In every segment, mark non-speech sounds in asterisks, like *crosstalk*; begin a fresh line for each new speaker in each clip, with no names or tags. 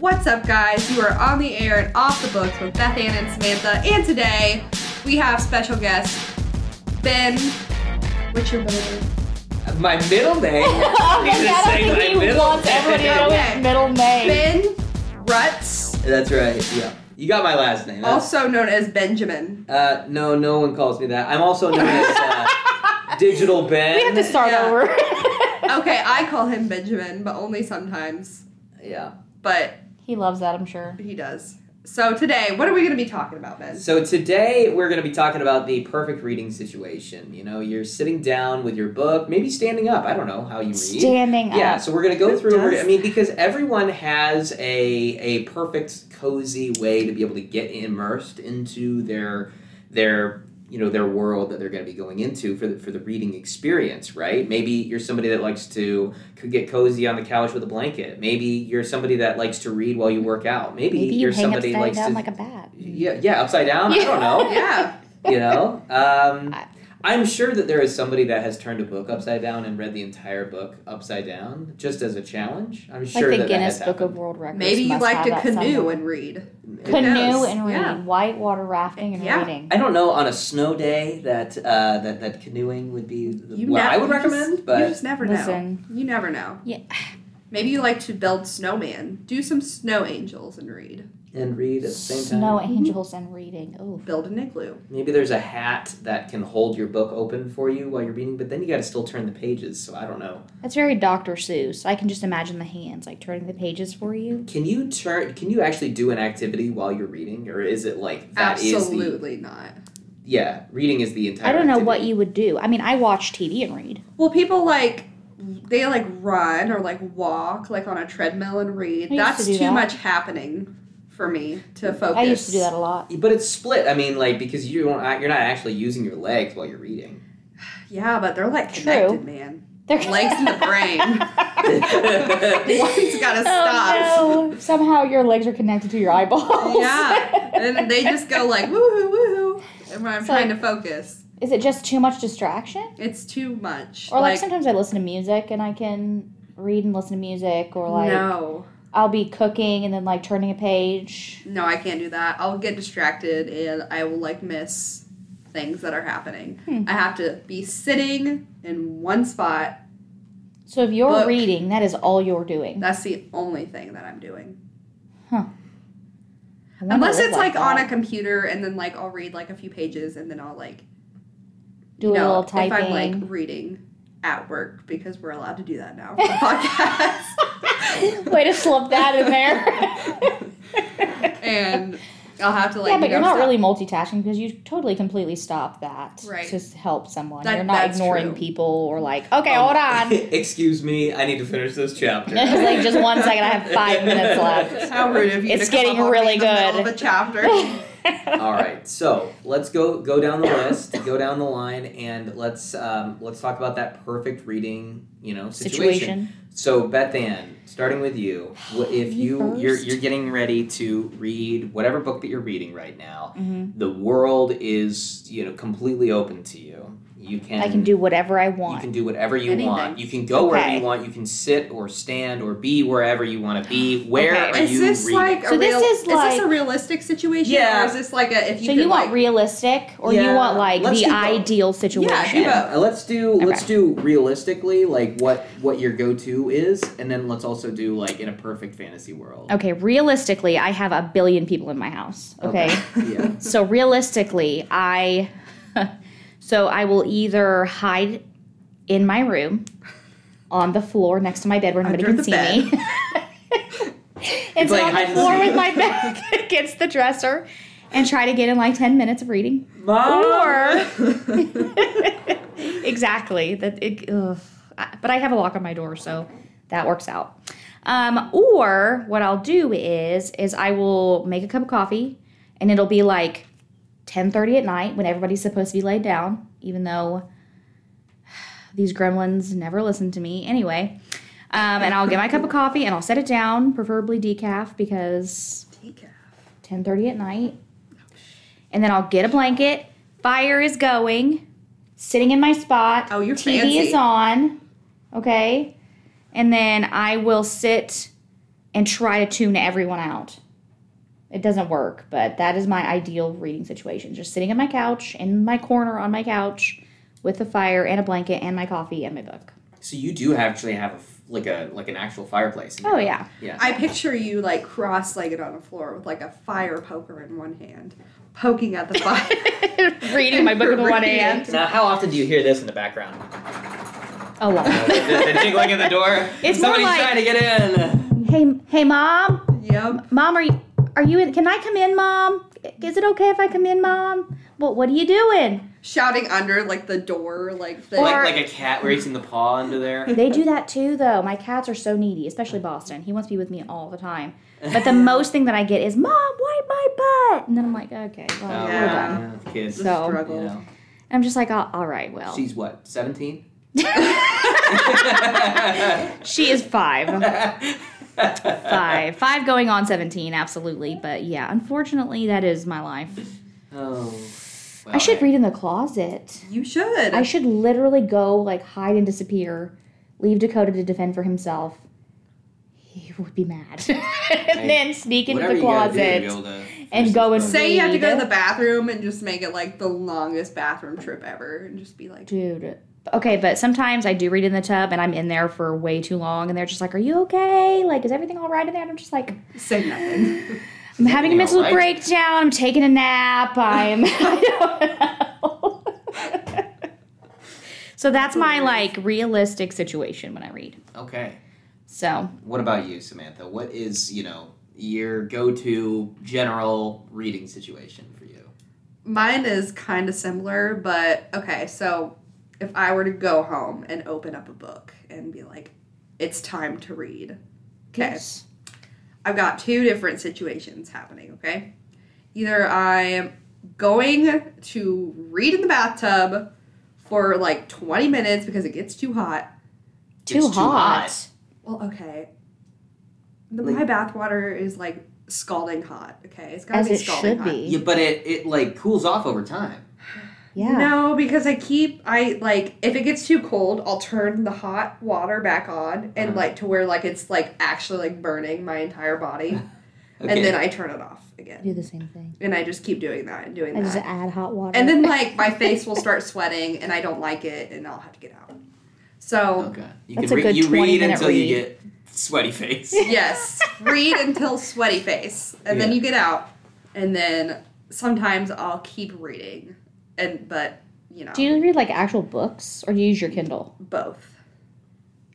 What's up, guys? You are on the air and off the books with Beth Ann and Samantha, and today we have special guest Ben. What's your middle name?
My middle name.
okay,
just
Oh I
saying
don't
my
think he
middle
wants everybody to know
name.
his middle name.
Ben Rutz,
*laughs* That's right. Yeah, you got my last name. That's-
also known as Benjamin.
uh, no, no one calls me that. I'm also known as uh, Digital Ben.
We have to start
Yeah.
over.
*laughs*
*laughs*
Okay, I call him Benjamin, but only sometimes.
Yeah.
But
he loves that, I'm sure.
he does. So today, what are we going to be talking about, Ben?
So today we're going to be talking about the perfect reading situation. You know, you're sitting down with your book, maybe standing up. I don't know how you read.
Standing
yeah,
up.
so we're gonna go
Who
through. we're-
does
I mean, because everyone has a a perfect cozy way to be able to get immersed into their their you know their world that they're going to be going into for the for the reading experience, right? Maybe you're somebody that likes to c- get cozy on the couch with a blanket. Maybe you're somebody that likes to read while you work out. Maybe,
Maybe you
are
hang
somebody
upside
likes
down
to
like a bat.
yeah yeah upside down. I don't know
Yeah.
you know um,
*laughs* I-
i'm sure that there is somebody that has turned a book upside down and read the entire book upside down just as a challenge i'm
Like
sure
the
that
Guinness
that has
Book of World Records.
Maybe you
must
like
have
to
that
canoe
somewhere.
and read.
happened.
Who
Canoe
knows?
and reading,
Yeah.
whitewater rafting and
Yeah.
reading.
i don't know on a snow day that uh, that, that canoeing would be the,
You
what
nev-
i would
you just-
recommend but
you just never know.
Listen.
You never know.
Yeah.
Maybe you like to build snowman. Do some snow angels and read.
and read at the same time
Snow angels and reading. Ooh.
Build an igloo.
maybe there's a hat that can hold your book open for you while you're reading but then you got to still turn the pages so i don't know
That's very Dr. Seuss. I can just imagine the hands like turning the pages for you.
can you turn can you actually do an activity while you're reading or is it like that is the
Absolutely not.
yeah reading is the entire
I don't know what
activity.
you would do. I mean, I watch TV and read.
Well, people like they like run or like walk like on a treadmill and read.
I used
That's
to do
too
that.
much happening for me to focus.
I used to do that a lot.
But it's split. I mean, like because you don't, you're not actually using your legs while you're reading.
Yeah, but they're like
True.
connected, man.
They're-
*laughs* Legs in the
*laughs*
brain. One's gotta stop.
Oh, no. Somehow your legs are connected to your eyeballs.
Yeah, and they just go like woohoo woohoo, and when I'm
It's
trying
like-
to focus,
*laughs* Is it just too much distraction?
it's too much.
Or like, sometimes I listen to music and I can read and listen to music, or like
no,
I'll be cooking and then like turning a page.
no, I can't do that. I'll get distracted and I will like miss things that are happening.
Hmm.
I have to be sitting in one spot
So if you're
Book.
reading, that is all you're doing.
That's the only thing that I'm doing.
I wonder
Unless
what
it's like on a
that.
computer and then like I'll read like a few pages and then I'll like
do
you
a
know
little
if
typing. *laughs*
I'm like *laughs* reading at work because we're allowed to do that now for
*laughs*
podcasts.
Way to slip that in
*laughs*
there.
and I'll have to like
yeah, but
you
you're
know,
not
stop.
really *laughs* multitasking because you totally completely stop that
Right.
to s- help someone.
That-
you're not
that's
ignoring
true.
people or like, okay,
Um,
*laughs*
hold
*laughs*
on.
Excuse me, I need to finish this chapter.
*laughs* It's like just one second. I have five minutes left.
How rude of you
It's
to come
getting
up with me
really
in the middle
good.
Of a
*laughs*
chapter.
*laughs* All right, so let's go go down the list, go down the line, and let's um, let's talk about that perfect reading, you know, situation.
Situation.
So Beth Ann, starting with you, wh- if
Me
you you're
first?
you're getting ready to read whatever book that you're reading right now,
hmm
the world is you know completely open to you. You can
I can do whatever I
You
want.
can do whatever you
Anything.
want. You can go wherever
Okay.
you want. You can sit or stand or be wherever you want to be. Where
Okay.
are
is
you
this
reading?
like a
So this
real?
is
this
like-
a realistic situation?
Yeah.
Or is this like a if you
so
could,
you want
like,
realistic, or you
Yeah.
want like
Let's
the
do both.
ideal situation?
do both.
Yeah, let's do let's do realistically like what what your go to is, and then let's also do like in a perfect fantasy world.
Okay, realistically, I have a billion people in my house. Okay, *laughs*
yeah.
so realistically, I *laughs* so I will either hide in my room on the floor next to my bed where nobody
Under
can see
the
me. *laughs* it's
like
on
hide
the
and
floor
seek.
with my back *laughs* against the dresser and try to get in like 10 minutes of reading. *laughs* exactly. That it, ugh. I- But I have a lock on my door, so that works out. Um, or what I'll do is is I will make a cup of coffee, and it'll be like ten thirty at night when everybody's supposed to be laid down, even though these gremlins never listen to me anyway. Um, and I'll get my cup of coffee and I'll set it down, preferably decaf, because
Decaf.
10:30 at night. And then I'll get a blanket. Fire is going. Sitting in my spot.
Oh, you're
TV
fancy.
is on. Okay? And then I will sit and try to tune everyone out. It doesn't work, but that is my ideal reading situation. Just sitting on my couch, in my corner on my couch, with a fire and a blanket and my coffee and my book.
So you do actually have a f like a like an actual fireplace. in your
Oh,
home.
yeah.
Yeah.
I picture you like cross-legged on the floor with like a fire poker in one hand, poking at
*laughs*
the fire.
*laughs* reading my book with one
Reading.
hand.
Now, how often do you hear this in the background? *laughs*
A lot.
the, the jingling at the door.
*laughs* It's more
Somebody's
like-
trying to get in.
hey, hey, mom.
yep.
Mom, are you, are you in? Can I come in, Mom? Is it okay if I come in, Mom? Well, what are you doing?
Shouting under like the door, like the
Or-
like, like a cat racing the paw under
*laughs*
there.
They do that too, though. My cats are so needy, especially Boston. He wants to be with me all the time. But the most thing that I get is, Mom, wipe my butt. And then I'm like, okay, well,
Oh,
we're
Yeah.
done.
yeah, kids.
the
so,
struggle.
You know,
I'm just like, oh, all right, well.
She's what,
*laughs*
seventeen?
She is five.
*laughs*
five. Five going on 17, absolutely. But yeah, unfortunately, that is my life.
*laughs* Oh.
I should read in the closet.
You should.
I should literally go like hide and disappear, leave Dakota to defend for himself. He would be mad, *laughs* and then sneak into
Whatever
the
you gotta do to be
closet.
able to finish
and
this
go and
book.
Say you have to go to
Read.
the bathroom and just make it like the longest bathroom trip ever, and just be like,
Dude, okay, but sometimes I do read in the tub, and I'm in there for way too long, and they're just like, "Are you okay? Like, is everything all right in there?" And I'm just like,
say nothing.
"I'm having a
everything
mental
all right?"
breakdown. I'm taking a nap. I'm." *laughs* I don't know. *laughs* so that's my like realistic situation when I read.
Okay.
So
What about you, Samantha? What is, you know, your go to general reading situation for you?
Mine is kind of similar, but okay. So, if I were to go home and open up a book and be like, it's time to read, okay,
yes.
I've got two different situations happening, okay? Either I'm going to read in the bathtub for like 20 minutes because it gets too hot.
too,
It's too
hot.
hot.
Well, okay. The,
Like-
my bath water is like scalding hot, okay? It's gotta
As
be
it
scalding
should
hot.
be.
Yeah, but it, it like cools off over time.
Yeah.
No, because I keep I like if it gets too cold, I'll turn the hot water back on and
Uh-huh.
like to where like it's like actually like burning my entire body,
*laughs*
Okay.
and then I turn it off again,
do the same thing.
and I just keep doing that and doing
I
that.
just add hot water.
And then like
*laughs*
my face will start sweating and I don't like it and I'll have to get out. So
Okay. You
That's
can
a
read
good
you
20
read
minute
until
read.
you get sweaty
*laughs*
face.
yes, read until sweaty face and then
Yeah.
you get out and then sometimes I'll keep reading and but you know
do you read like actual books or do you use your Kindle?
both.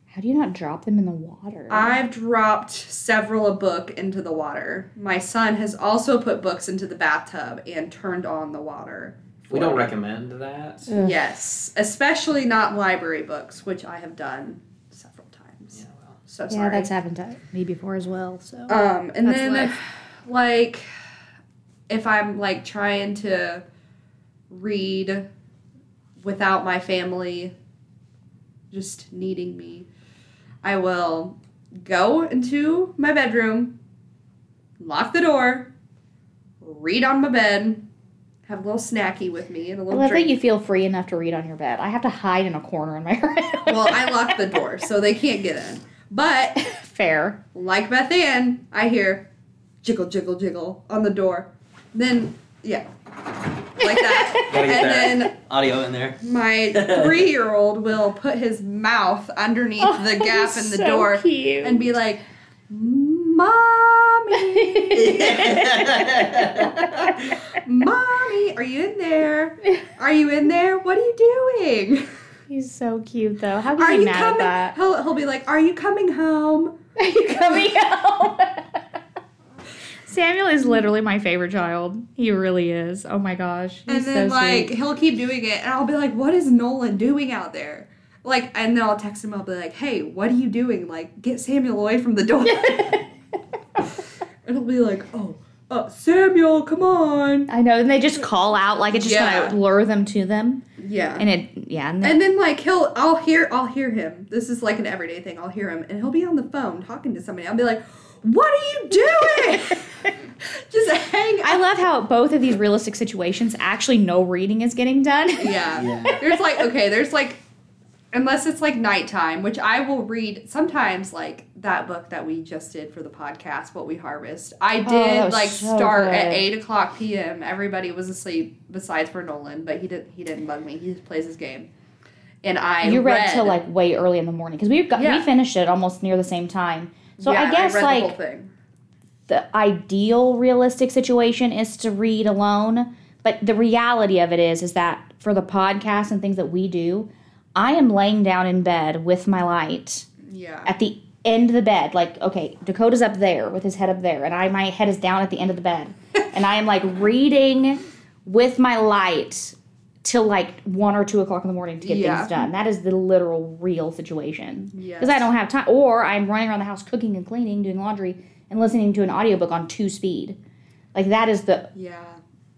How do you not drop them in the water?
I've dropped several a book into the water. My son has also put books into the bathtub and turned on the water.
We don't recommend that.
Ugh.
Yes, especially not library books, which I have done several times.
Yeah, well.
So
yeah,
sorry.
that's happened to me before as well. So
Um, and
That's
then,
life.
like, if I'm like trying to read without my family just needing me, I will go into my bedroom, lock the door, read on my bed, have a little snacky with me and a
I
little
love that
drink.
you feel free enough to read on your bed. I have to hide in a corner in my *laughs* room.
well, I lock the door so they can't get in. But
Fair.
like Beth Ann, I hear jiggle, jiggle, jiggle on the door. Then, yeah, like that.
*laughs* Gotta get
and
that
then
audio in there.
my
*laughs*
three year old will put his mouth underneath
*laughs*
the gap in the
Oh, so
door
Cute.
and be like,
*laughs*
Mommy, Mommy, are you in there? Are you in there? What are you doing?
He's so cute though. How
Are
can
you
you mad at
coming?
that?
He'll, he'll be like, Are you coming home?
*laughs* Are you coming home? *laughs* Samuel is literally my favorite child. He really is. Oh my gosh. He's
and then
so
like
sweet.
he'll keep doing it and i'll be like what is nolan doing out there like and then i'll text him i'll be like hey what are you doing like get samuel away from the
*laughs*
door and he'll be like oh uh, samuel come on
I know, and they just call out like it just
Yeah.
kind of lure them to them,
yeah
and it yeah, and,
and then like he'll i'll hear i'll hear him this is like an everyday thing i'll hear him and he'll be on the phone talking to somebody i'll be like what are you
*laughs*
doing just hang
I love how both of these realistic *laughs* situations actually no reading is getting done.
yeah.
Yeah.
There's like okay, there's like Unless it's like nighttime, which I will read sometimes, like that book that we just did for the podcast, What We Harvest. I
Oh, that
did
was
like
so
start at
good. 8
8 o'clock p.m. Everybody was asleep besides for Nolan, but he didn't, he didn't bug me. He just plays his game. And I
you read, till like way early in the morning because we got
Yeah.
we finished it almost near the same time. So
Yeah,
I guess
read
like
the whole thing.
the ideal realistic situation is to read alone but the reality of it is is that for the podcast and things that we do i am laying down in bed with my light
Yeah.
at the end of the bed like okay dakota's up there with his head up there and i my head is down at the end of the bed
*laughs*
and i am like reading with my light till like one or two o'clock in the morning to get
Yeah.
things done that is the literal real situation
Yes.
because I don't have time, or I'm running around the house cooking and cleaning, doing laundry, and listening to an audiobook on two speed. Like that is the
Yeah.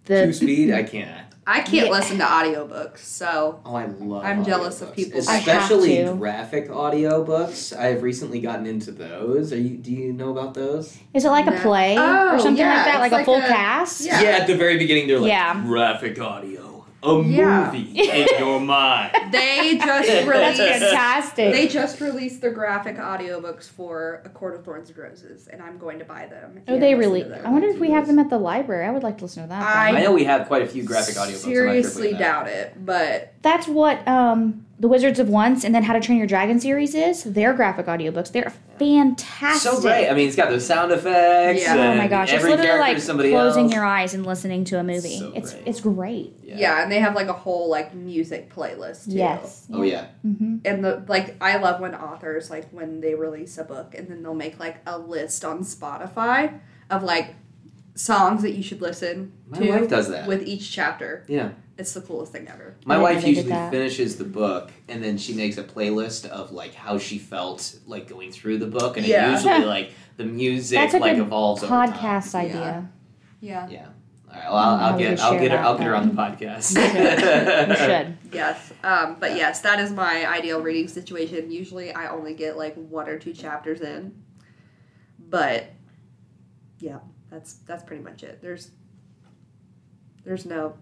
Two
the
speed, I can't.
I can't
Yeah.
listen to audiobooks, so
Oh, I love.
I'm jealous of
audiobooks,
people that-
I have
especially
to.
graphic audiobooks. I've recently gotten into those. Are you? Do you know about those?
is it like a
No.
play
Oh,
or something
yeah,
like that,
it's
like, a
like
full
a-
cast.
Yeah.
at the very beginning, they're like
Yeah.
graphic audio, a
Yeah.
movie
*laughs*
in your mind.
they just
That's
released
fantastic.
They just released the graphic audiobooks for A Court of Thorns and Roses, and I'm going to buy them.
Are
and
Oh, they
listen
really?
to them.
I wonder if we have them at the library. I would like to listen to that.
I-
then.
I know we have quite a few graphic audiobooks. I'm not sure if we
Seriously
have.
doubt it, but
That's what um, the Wizards of Once and then How to Train Your Dragon series is. Their graphic audiobooks. They're fantastic.
so great. I mean, it's got those sound effects.
Yeah.
Oh
and
my gosh! It's
every
literally
character
like
is somebody
closing
else.
your eyes and listening to a movie.
So
it's
great.
it's great.
yeah. and they have like a whole like music playlist too.
Yes.
Oh yeah.
Mm-hmm.
And the like I love when authors like when they release a book and then they'll make like a list on Spotify of like songs that you should listen
My
to
wife does that.
with each chapter.
yeah.
It's the coolest thing ever.
My
I didn't
wife
know they did
usually
that.
finishes the book and then she makes a playlist of like how she felt like going through the book, and
Yeah.
it
*laughs*
usually like the music
That's a
like
good
evolves over time. *laughs*
podcast idea.
Yeah.
Yeah. All right. Well, I'll, I'll
Oh, we
get
should
I'll get
share
her I'll
that
get her on the
You
*laughs* podcast.
should.
Yes. Um, but yes, that is my ideal reading situation. Usually I only get like one or two chapters in. But yeah, that's that's pretty much it. There's there's no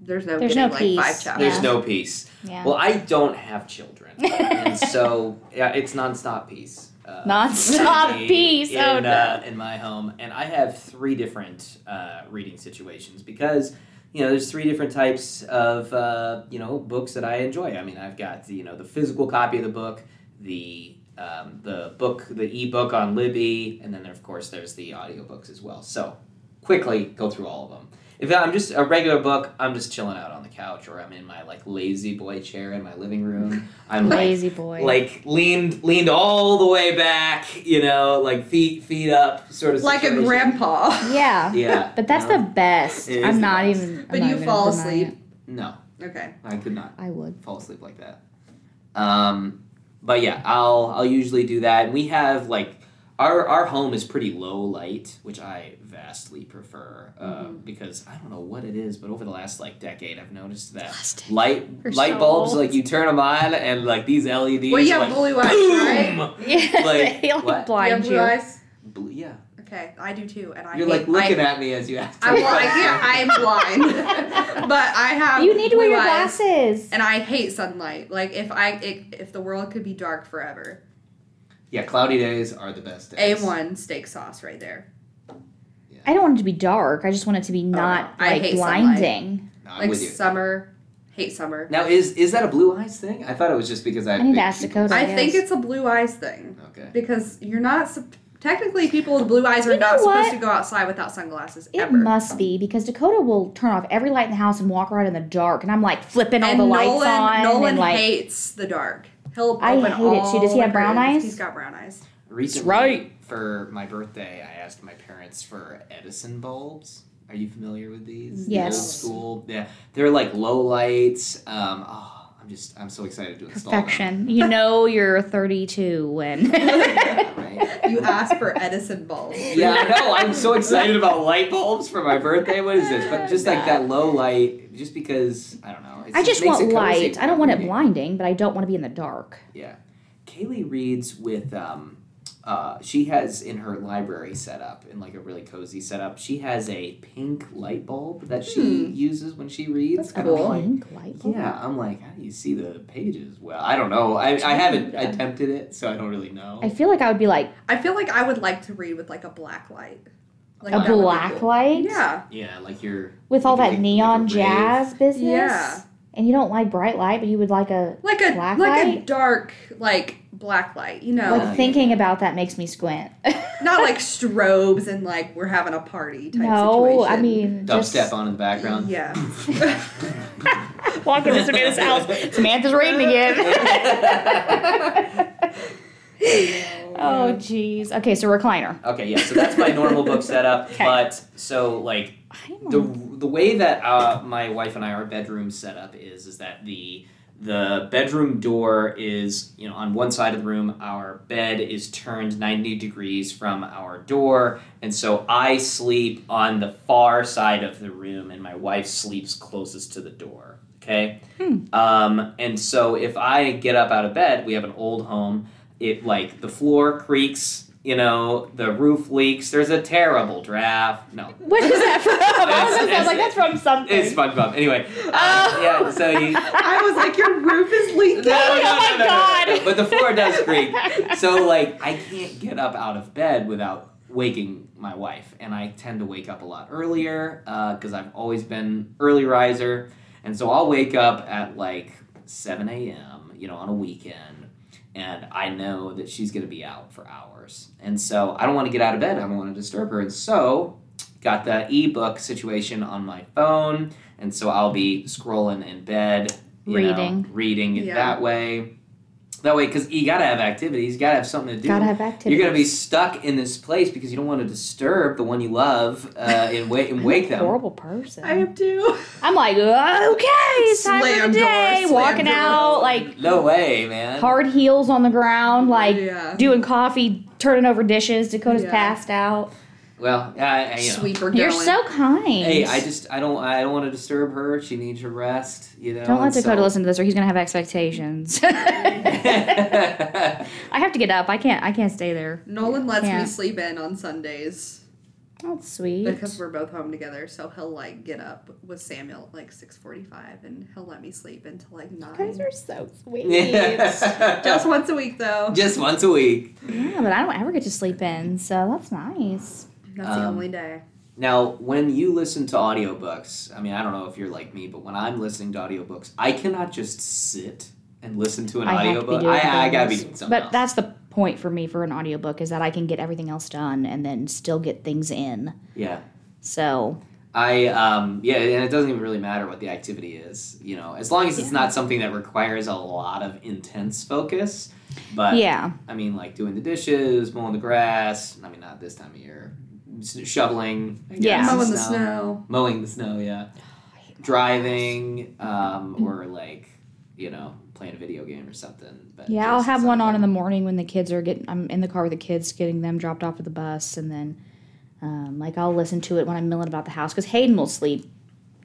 there's no
There's
getting
no
like
peace.
five chapters.
There's
Yeah.
no peace.
Yeah.
Well, I don't have
*laughs*
children, and so yeah, it's nonstop peace. Uh,
*laughs* Nonstop
in the-
peace.
In,
Oh, no.
uh, in my home, and I have three different uh, reading situations because you know there's three different types of uh, you know books that I enjoy. I mean, I've got you know the physical copy of the book, the um, the book, the ebook on Libby, and then of course there's the audiobooks as well. So quickly go through all of them. If I'm just a regular book, I'm just chilling out on the couch, or I'm in my like lazy boy chair in my living room. I'm like
Lazy boy.
like leaned leaned all the way back, you know, like feet feet up, sort of
like a
situation.
grandpa. *laughs*
yeah.
Yeah,
But that's
no,
the best.
It is
I'm
the
not
best.
even. I'm
But
not
you
even
fall
denying
asleep.
it.
no.
Okay.
I could not
I would.
fall asleep like that. Um, but yeah, I'll I'll usually do that. And we have like our our home is pretty low light, which I vastly prefer uh,
Mm-hmm.
because I don't know what it is, but over the last like decade, I've noticed that
Plastic.
light
We're
light
so
bulbs
old.
like you turn them on and like these LEDs.
Well you have
like,
blue eyes,
boom!
right?
Yeah.
Like,
*laughs* they like
what?
You have
blind
blue eyes?
Blue, yeah,
Okay, I do too. And I
you're
hate-
like looking
I,
at me as you ask.
I,
that
well, I
question.
can't I am
*laughs*
blind. *laughs* but I have
you. You need to wear
blue
your
eyes.
glasses.
and I hate sunlight. Like if I it, if the world could be dark forever,
Yeah, cloudy days are the best
a
days.
one steak sauce right there.
I don't want it to be dark. I just want it to be not
Oh, I
like
hate sunlight.
blinding.
No, I'm
Like
with you.
summer, hate summer.
Now is is that a blue eyes thing? I thought it was just because I.
I
have
need
big
to ask
pupils.
Dakota.
I
guess.
think it's a blue eyes thing
Okay.
because you're not sup- technically people with blue eyes are
You know
not
what?
supposed to go outside without sunglasses
It
ever.
must be because Dakota will turn off every light in the house and walk around in the dark, and I'm like flipping all
and
the
Nolan,
lights on
Nolan
and like
hates the dark. He'll
I
open
hate it too. Does he
all
have brown
the curtains.
eyes?
He's got brown eyes.
Recently,
right.
For my birthday, I asked my parents for Edison bulbs. Are you familiar with these? The
Yes.
old school. Yeah. They're like low lights. Um, oh, I'm just I'm so excited to install them.
*laughs*
perfection. You know you're 32
*laughs*
when. *laughs*
Yeah, right?
You asked for Edison bulbs.
*laughs* Yeah, I know. I'm so excited about light bulbs for my birthday. What is this? But just like that low light, just because I don't know. It's,
I just
it makes
want
it cozy
light.
when
I don't want it
reading.
blinding, but I don't want to be in the dark.
Yeah. Kaylee reads with um, uh,
uh, she has in her library set up in like a really cozy setup. She has a pink light bulb that she uses when she reads.
That's
and
cool.
I'm like,
Pink light bulb?
yeah, I'm like, how do you see the pages? Well, I don't know. I, I haven't attempted it, so I don't really know.
I feel like I would be like
I feel like I would like to read with like a black light. Like
a
that would be
black
cool.
light
Yeah.
yeah, like you're
with all
Like-
that
like
neon
a rave.
jazz business.
Yeah.
And you don't like bright light, but you would like a
Like a
Black
like a
light?
dark like black light, you know.
like
yeah.
thinking about that makes me squint.
Not
*laughs*
like strobes and like we're having a party type
no,
situation.
I mean just *laughs*
dubstep on in the background.
*laughs* Yeah. Oh,
walking into
*laughs*
Samantha's house. Samantha's
*laughs*
reading *laughs* again. oh jeez. Okay, so recliner.
Okay, yeah. So that's my normal book setup.
Okay.
But so like the the way that uh, my wife and I our bedroom setup is is that the the bedroom door is you know on one side of the room. Our bed is turned ninety degrees from our door, and so I sleep on the far side of the room, and my wife sleeps closest to the door. Okay, um, and so if I get up out of bed, we have an old home. It like the floor creaks. You know, the roof leaks. There's a terrible draft. No,
What is that from? *laughs* I was gonna say, I was like, that's from something.
it's SpongeBob. Anyway, um,
Oh.
yeah. So you.
I was like, your roof is leaking.
No, no,
Oh my
no, no, no,
God.
no, But the floor does
*laughs*
creak. So like, I can't get up out of bed without waking my wife, and I tend to wake up a lot earlier because I've always been early riser, and so I'll wake up at like seven a.m. You know, on a weekend. And I know that she's going to be out for hours. And so I don't want to get out of bed. I don't want to disturb her. And so, got the ebook situation on my phone. And so I'll be scrolling in bed, you know,
Reading.
reading it
Yeah.
that way. That way, because you gotta have activities, you gotta have something to do.
Gotta have
You're
activity.
gonna be stuck in this place because you don't want to disturb the one you love uh, and wake and wake them.
horrible person.
I am too.
I'm like, okay, it's time for
Slam
the
door,
day.
slam
Walking
door.
out, like
No way, man.
hard heels on the ground, like
Yeah.
doing coffee, turning over dishes. Dakota's
Yeah.
passed out.
Well, I, I, you know.
Sweeper
You're
going.
so kind.
Hey, I just I don't I don't want to disturb her. She needs her rest. You know.
Don't let
and
Dakota
so-
listen to this, or he's gonna have expectations. *laughs* I
*laughs*
have to get up. I can't. I can't stay there.
Nolan lets
Yeah.
me sleep in on Sundays
That's sweet.
because we're both home together, so he'll like get up with Samuel at like six forty five and he'll let me sleep until like nine.
are so sweet.
*laughs*
Just once a week though.
Just once a week.
*laughs* Yeah, but I don't ever get to sleep in, so that's nice.
That's the
Um,
only day.
Now, when you listen to audiobooks, I mean, I don't know if you're like me, but when I'm listening to audiobooks, I cannot just sit and listen to an
I have to be
audiobook.
doing
I, I gotta be
things.
doing something
But
else.
that's the point for me for an audiobook is that I can get everything else done and then still get things in.
yeah.
So
I um yeah, and it doesn't even really matter what the activity is, you know, as long as it's not something that requires a lot of intense focus. But
yeah,
I mean, like doing the dishes, mowing the grass. I mean, not this time of year. S- Shoveling. I
Yeah.
guess,
Mowing the snow.
Mowing the snow.
Oh,
Yeah. Driving, um, or like, you know, playing a video game or something. But
yeah, I'll
just
have one on in
something-
the morning when the kids are getting. I'm in the car with the kids, getting them dropped off at the bus, and then um, like I'll listen to it when I'm milling about the house because Hayden will sleep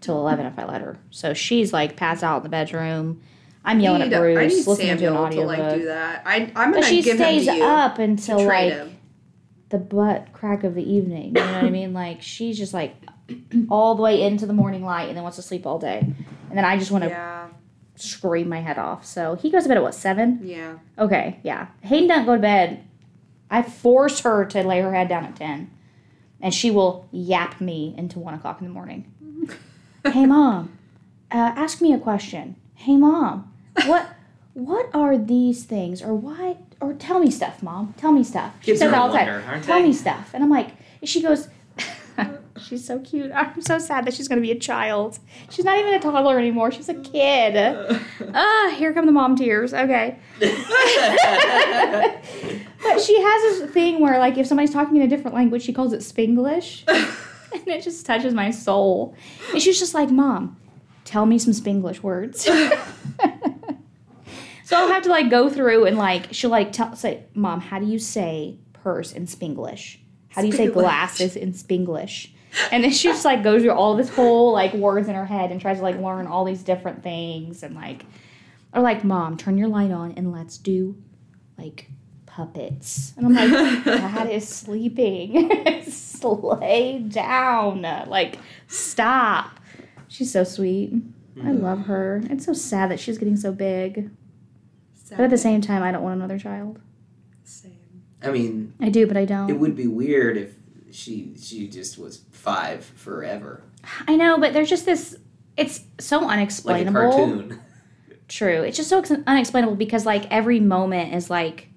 till eleven if I let her. So she's like passed out in the bedroom. I'm yelling
I need,
at Bruce,
I need
listening to an
Samuel to,
audiobook.
like do that. I, I'm gonna
but she
give
stays
him to you
up
to
until
trade
like
him.
the butt crack of the evening. You know what
*laughs*
I mean? Like she's just like all the way into the morning light and then wants to sleep all day. And then I just want to
Yeah,
scream my head off. So he goes to bed at what, seven?
yeah.
Okay, yeah. Hayden doesn't go to bed. I force her to lay her head down at ten. And she will yap me into one o'clock in
*laughs*
the morning. hey mom, uh, ask me a question. Hey mom, what what are these things? Or why or tell me stuff, mom. Tell me stuff. She
Kids
says
are
it
a
all the time
wonder, aren't
tell
they?
me stuff. And I'm like, and she goes, *laughs* she's so cute. *laughs* I'm so sad that she's going to be a child. She's not even a toddler anymore. She's a kid.
*laughs*
Ah, here come the mom tears. Okay. but she has this thing where, like, if somebody's talking in a different language, she calls it Spanglish.
*laughs*
and it just touches my soul. And she's just like, Mom, tell me some Spanglish words. so I'll have to like go through and like she'll like tell say, Mom, how do you say purse in Spanglish? How do you say
Spanglish.
glasses in Spanglish? And then she just like goes through all this whole like words in her head and tries to like learn all these different things and like or like, Mom, turn your light on and let's do like puppets. And I'm
*laughs*
like, that is sleeping. *laughs* Lay down. Like, stop. She's so sweet. I
Mm.
love her. It's so sad that she's getting so big. But at the same time, I don't want another child.
Same.
I mean,
I do, but I
it
don't.
would be weird if she she just was five forever,
I know, but there's just this. It's so
like a
unexplainable.
cartoon.
True. It's just so ex- unexplainable because like every moment is like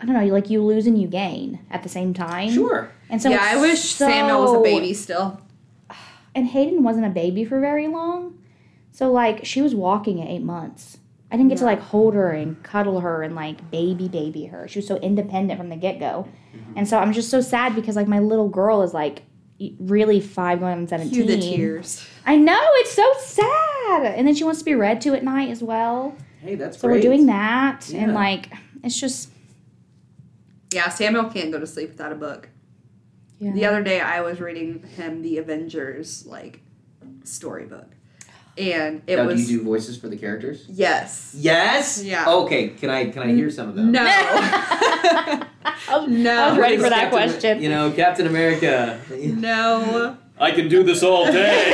I don't know, you like you lose and you gain at the same time.
Sure.
And so
yeah,
it's
I wish
so-
Samuel was a baby still.
And Hayden wasn't a baby for very long. So like she was walking at 8 months. I didn't get to
Yeah.
like hold her and cuddle her and like baby baby her. She was so independent from the get-go.
Mm-hmm.
And so I'm just so sad because like my little girl is like really 5 going on 17.
Cue the tears.
I know, it's so sad. And then she wants to be read to at night as well.
Hey, that's
So
great.
we're doing that, and
Yeah.
like it's just
Yeah, Samuel can't go to sleep without a book.
yeah.
The other day, I was reading him the Avengers like storybook, and it
now,
was
do you do voices for the characters?
yes,
Yes.
Yeah.
Okay. Can I can I hear some of them?
no,
I was
no,
ready for
Captain-
that question.
You know, Captain America.
*laughs*
no,
I can do this all day.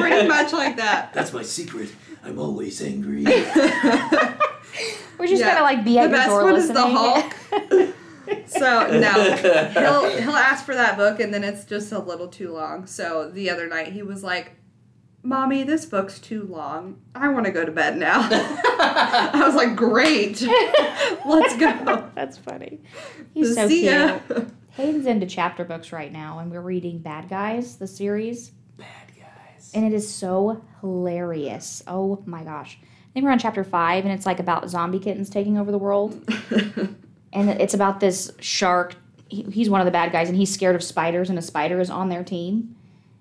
pretty much like that. *laughs*
That's my secret. I'm always angry.
*laughs* We're just
Yeah.
gonna like be at
The
your
best
door
one is the
listening.
So no, he'll he'll ask for that book, and then it's just a little too long. So the other night, he was like, "Mommy, this book's too long. I want to go to bed now." *laughs* I was like,
*laughs*
"Great, let's go."
*laughs* That's funny. He's so
See
cute.
ya.
Hayden's into chapter books right now, and we're reading Bad Guys, the series,
Bad guys.
and it is so hilarious. Oh my gosh! I think we're on chapter five, and it's like about zombie kittens taking over the world.
*laughs*
and it's about this shark. He, he's one of the bad guys, and he's scared of spiders, and a spider is on their team,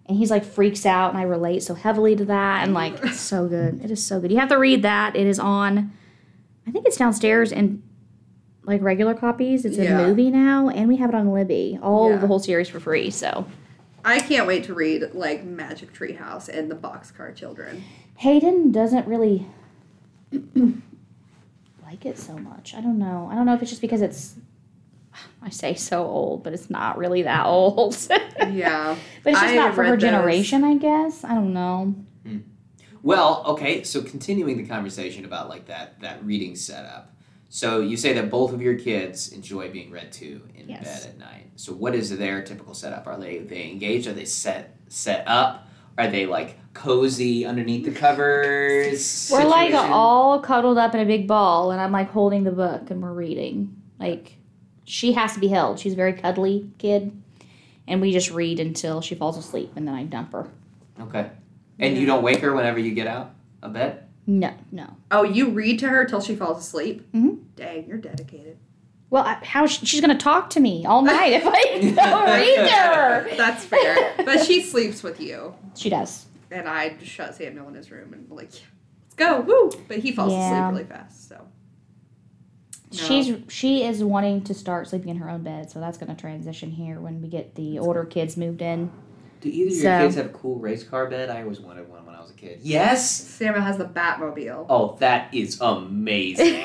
and he's like freaks out, and I relate so heavily to that, and like it's so good. It is so good. You have to read that. It is on. I think it's downstairs in like regular copies. It's
Yeah.
a movie now, and we have it on Libby. All
Yeah.
of the whole series for free. So
I can't wait to read like Magic Tree House and the Boxcar Children.
Hayden doesn't really like it so much. I don't know. I don't know if it's just because it's. I say so old, but it's not really that old. *laughs*
Yeah.
But it's just
Mm-hmm. I
not for
read
her
those.
generation, I guess. I don't know.
Well, okay. So continuing the conversation about like that that reading setup. So you say that both of your kids enjoy being read to in
Yes.
bed at night. So what is their typical setup? Are they they engaged? Are they set set up? Are they like cozy underneath the covers?
*laughs* We're like
situation?
all cuddled up in a big ball, and I'm like holding the book and we're reading. Like, she has to be held. She's a very cuddly kid. And we just read until she falls asleep, and then I dump her.
okay. And you don't wake her whenever you get out of bed.
No, no.
Oh, you read to her till she falls asleep?
Mhm.
Dang, you're dedicated.
Well, I, how she, she's gonna talk to me all night if I *laughs* don't read to her?
That's fair. but she sleeps with you.
She does.
And I just shut Samuel in his room and like, yeah, let's go, woo! But he falls
Yeah.
asleep really fast, so. No.
She's she is wanting to start sleeping in her own bed, so that's gonna transition here when we get the older kids moved in.
*laughs*
Do either of your
So-
kids have a cool race car bed? I always wanted one when I was a kid. Yes.
Samuel has the Batmobile.
Oh, that is amazing.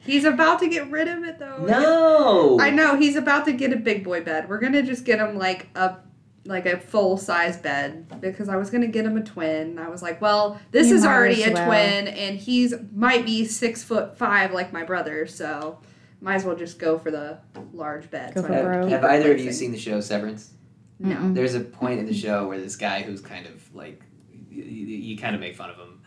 He's about to get rid of it though.
no.
I know he's about to get a big boy bed. We're gonna just get him like a like a full size bed because I was gonna get him a twin. I was like, well, this
You
is
might
already
as
a
well.
twin, and he's might be six foot five like my brother, so might as well just go for the large bed.
Go
so
for
I don't
broke.
Have,
keep
have either of you
replacing.
seen the show Severance?
No.
Mm-mm.
There's a point in the show where this guy who's kind of like, you, you kind of make fun of him,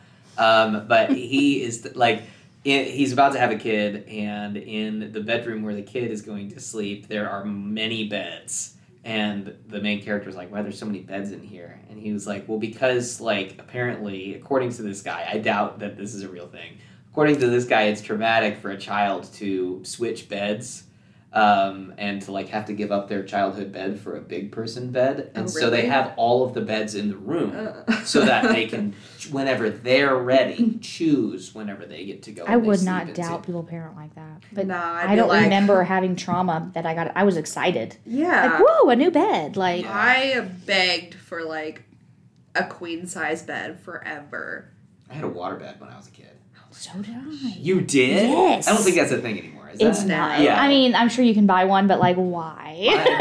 *laughs*
um, but he is like, i he's about to have a kid, and in the bedroom where the kid is going to sleep, there are many beds. And the main character was like, "Why there's so many beds in here?" And he was like, "Well, because like apparently, according to this guy, I doubt that this is a real thing. According to this guy, it's traumatic for a child to switch beds." um, and to like have to give up their childhood bed for a big person bed, and
Oh,
so they
really?
have all of the beds in the room
Uh.
so that
*laughs*
they can, whenever they're ready, choose whenever they get to go.
I
and they
would
sleep
not
into.
doubt people parent like that, but
Nah, I'd
I
be
don't
like-
remember having trauma that I got. I was excited,
Yeah.
like whoa, a new bed, like
Yeah.
I begged for like a queen size bed forever.
I had a water bed when I was a kid.
Oh
So did I.
You did?
Yes.
I don't think that's a thing anymore. Is
It's
that?
not.
Yeah.
I mean, I'm sure you can buy one, but like, why?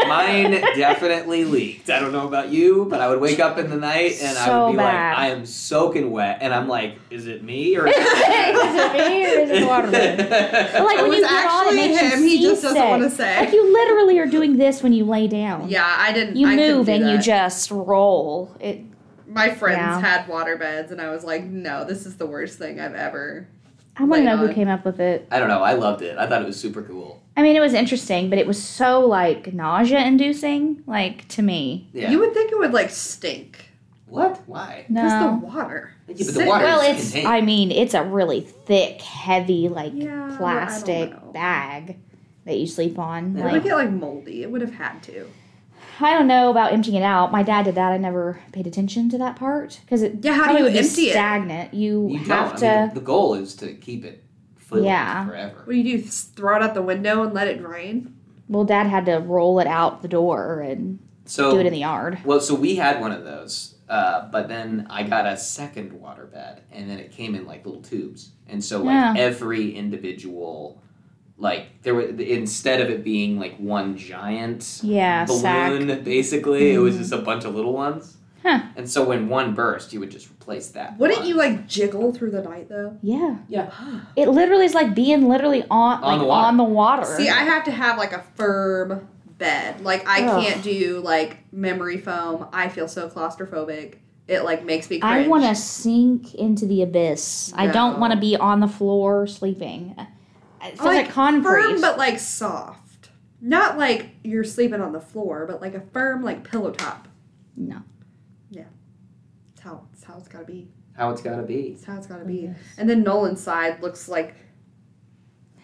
Mine- Mine definitely leaked. I don't know about you, but I would wake up in the night and I
So
would be
bad.
like, I am soaking wet. And I'm like, is it me
*laughs*
or is
Is it me or is it
*laughs*
the water balloon? But like
It
when
was
you get on, it
actually
makes
him.
you
He just doesn't
seasick.
wanna say.
Like you literally are doing this when you lay down.
Yeah, I didn't.
You
I couldn't
move
do
and you
that.
just roll. It
My friends
Yeah.
had water beds, and I was like, no, this is the worst thing I've ever.
I want
Lay
to know who
on.
came up with it.
I don't know. I loved it. I thought it was super cool.
I mean, it was interesting, but it was so like nausea-inducing, like to me.
Yeah.
You would think it would like stink.
what? Why?
No.
Because the water.
Yeah, but the
Sit-
water
well,
is
it's.
contained.
I mean, it's a really thick, heavy, like
Yeah, I don't
plastic
know.
bag that you sleep on.
It would
Like,
get like moldy. It would have had to.
I don't know about emptying it out. My dad did that. I never paid attention to that part because it
Yeah, how do
probably
you
would be
empty it?
stagnant. You,
you
have
don't. I mean,
to.
the goal is to keep it filled
Yeah.
forever.
What do you do? Just Throw it out the window and let it drain?
Well, dad had to roll it out the door and
So
Oh.
do it in the yard.
Well, so we had one of those, uh, but then I got a second water bed, and then it came in like little tubes, and so like
Yeah.
every individual, like there was instead of it being like one giant
Yeah,
balloon,
sack. Mm-hmm.
basically it was just a bunch of little ones,
Huh.
and so when one burst, you would just replace that.
Wouldn't
one.
you like jiggle through the night though?
Yeah.
Yeah.
It literally is like being literally
On
on, like,
the water.
on the water.
See, I have to have like a firm bed. Like I
Ugh.
can't do like memory foam. I feel so claustrophobic. It like makes me. Cringe.
I want to sink into the abyss. I don't
No.
want to be on the floor sleeping. Uh, It feels
I
like, concrete.
Firm, but like soft. Not like you're sleeping on the floor, but like a firm like pillow top.
no.
It's how it's how it's gotta be.
How it's gotta be?
It's how it's gotta be. And then Nolan's side looks like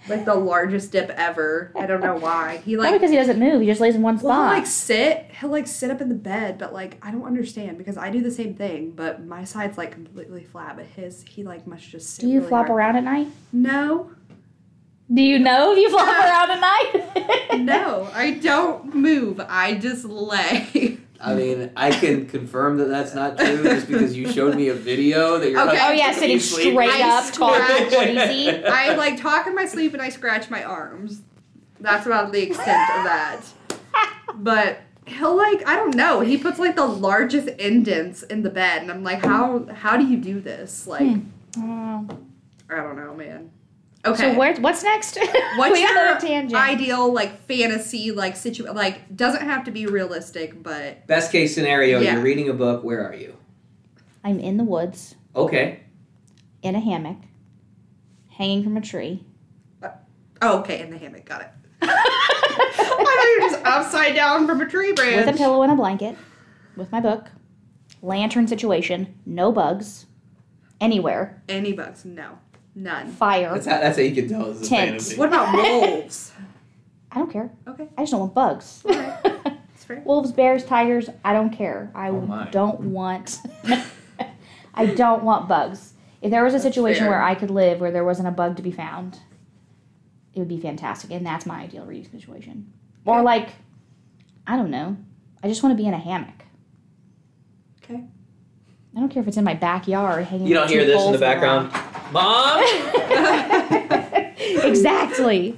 like the largest dip ever. I don't know why.
*laughs*
He
Probably
like
because he doesn't move. He just lays in one
Well, he'll
spot.
like sit. He'll like sit up in the bed, but like I don't understand because I do the same thing, but my side's like completely flat, but his he like must just sit.
do you
really
flop
hard.
around at night?
No,
Do you know if you flop *laughs* around at
*laughs*
night?
no, I don't move. I just lay. *laughs*
I mean, I can confirm that that's not true, just because you showed me a video that you're.
Okay.
Oh yeah, sitting straight
I
up, tall,
scratch. *laughs*
crazy.
I like talk in my sleep and I scratch my arms. That's about the extent of that. But he'll like I don't know. He puts like the largest indents in the bed, and I'm like, how how do you do this? Like
Oh.
I don't know, man. Okay.
So where? What's next? *laughs*
What's
we
your
went on a tangent.
ideal like fantasy like situation? Like doesn't have to be realistic, but
Best case scenario,
Yeah.
you're reading a book. Where are you?
I'm in the woods
Okay.
in a hammock, hanging from
*laughs*
a *laughs* tree.
oh, okay, in the hammock, got *laughs* it. I thought you were just upside down from a tree branch.
with a pillow and a blanket, with my book, lantern situation, no bugs, anywhere,
Any bugs? No, none.
fire.
That's how, that's how you can tell it's a
Tent.
fantasy.
What
*laughs*
about wolves?
I don't care.
Okay,
I just don't want bugs. *laughs*
that's fair.
Wolves, bears, tigers. I don't care. I
Oh my.
don't want. *laughs* I don't want bugs. If there was a situation
fair.
where I could live where there wasn't a bug to be found, it would be fantastic, and that's my ideal reading situation. Or
Okay.
like, I don't know. I just want to be in a hammock.
Okay.
I don't care if it's in my backyard hanging.
You don't
two
hear this in the
poles the ground.
background. Mom!
*laughs* exactly.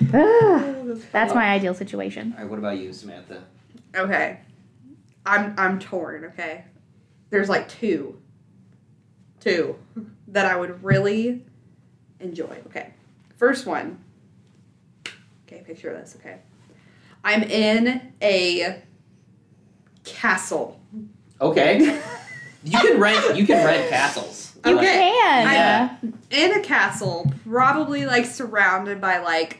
*laughs*
Ugh. That's
Wow.
my ideal situation.
All right, what about you, Samantha?
Okay, I'm I'm torn. Okay, there's like two, two *laughs* that I would really enjoy. Okay, first one. Okay, picture this. Okay, I'm in a castle.
Okay. You can rent. You can rent castles.
Okay.
*laughs* You can.
I- in a castle, probably like surrounded by like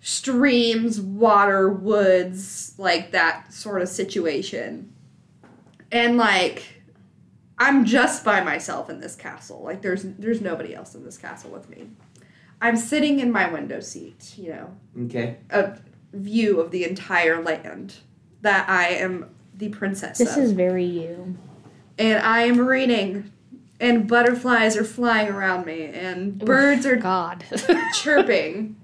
streams, water, woods, like that sort of situation. And like I'm just by myself in this castle. Like there's there's nobody else in this castle with me. I'm sitting in my window seat, you know,
*laughs*
Okay. *laughs*
a view of the entire land that I am the princess
this
of
is very you.
and I am reading, and butterflies are flying around me, and birds are *laughs*
God.
chirping.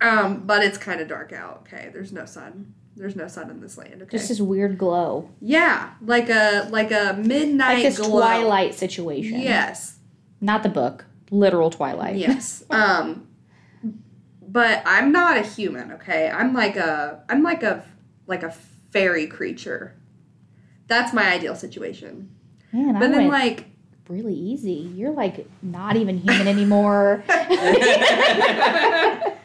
Um, but it's kind of dark out. Okay, there's no sun. There's no sun in this land. Okay.
Just this weird glow,
yeah, like a like a midnight
like this
glow.
twilight situation.
Yes,
Not the book, literal Twilight.
Yes. Um but I'm not a human, okay? I'm like a I'm like a like a fairy creature. That's my ideal situation.
Man, I
But then
went
like
really easy. You're like not even
*laughs*
human anymore.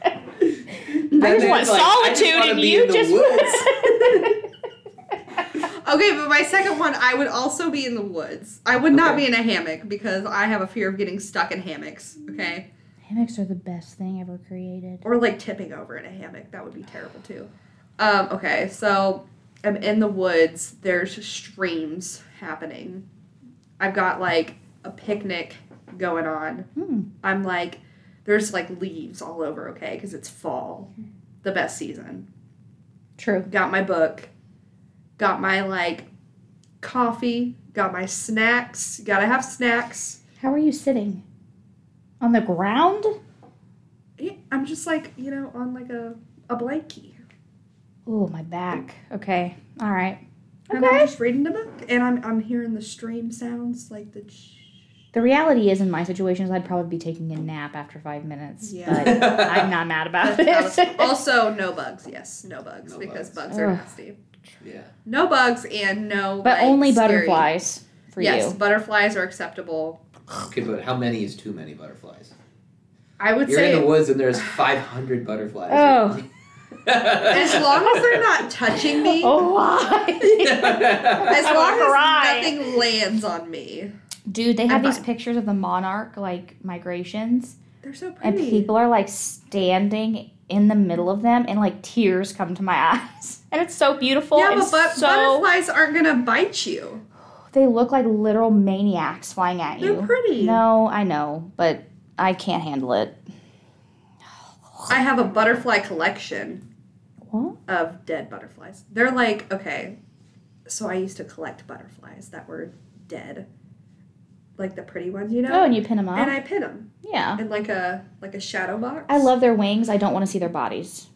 I just want solitude, and you just-
*laughs*
okay, but my second one I would also be in the woods. I would not
Okay.
be in a hammock because I have a fear of getting stuck in hammocks, okay?
*laughs* Hammocks are the best thing ever created.
Or like tipping over in a hammock. That would be terrible too. Um okay, so I'm in the woods. There's streams happening. I've got like a picnic going on.
Hmm.
I'm like, there's like leaves all over, okay? Because it's fall, the best season.
True.
Got my book, got my like coffee, got my snacks. Gotta have snacks.
How are you sitting? On the ground?
Yeah, I'm just like, you know, on like a, a blankie.
Oh, my back. Okay. All right.
And I'm
Okay.
just reading the book and I'm, I'm hearing the stream sounds like the.
*laughs*
ch-
The reality is, in my situations, I'd probably be taking a nap after five
*laughs*
minutes.
Yeah.
But I'm not
*laughs*
mad about *laughs* it.
also, no bugs. Yes, no bugs
No
because
bugs.
bugs, are
Ugh.
nasty.
yeah.
No bugs and no.
but
like,
only
scary-
butterflies for
yes, *laughs*
you.
butterflies are acceptable.
Okay, but how many is too many butterflies?
I would
You're
say
in the woods and there's 500 butterflies. *laughs*
Oh.
*laughs* As long as they're not touching me,
*laughs* Oh, why?
*laughs*
as
I will
long as
cry.
nothing lands on me,
Dude, they have
I'm
these
fine.
pictures of the monarch like migrations,
they're so pretty.
and people are like standing in the middle of them, and like tears come to my *laughs* eyes, and it's so beautiful.
yeah,
and
but, but
so
butterflies aren't gonna bite you.
they look like literal maniacs flying at
They're
you.
pretty.
No, I know, but I can't handle it.
I have a butterfly collection
What?
of dead butterflies. They're like okay, so I used to collect butterflies that were dead, like the pretty ones, you
Oh,
know.
and you pin them up?
and I pin them
yeah.
in like a like a shadow box.
I love their wings. I don't want to see their bodies.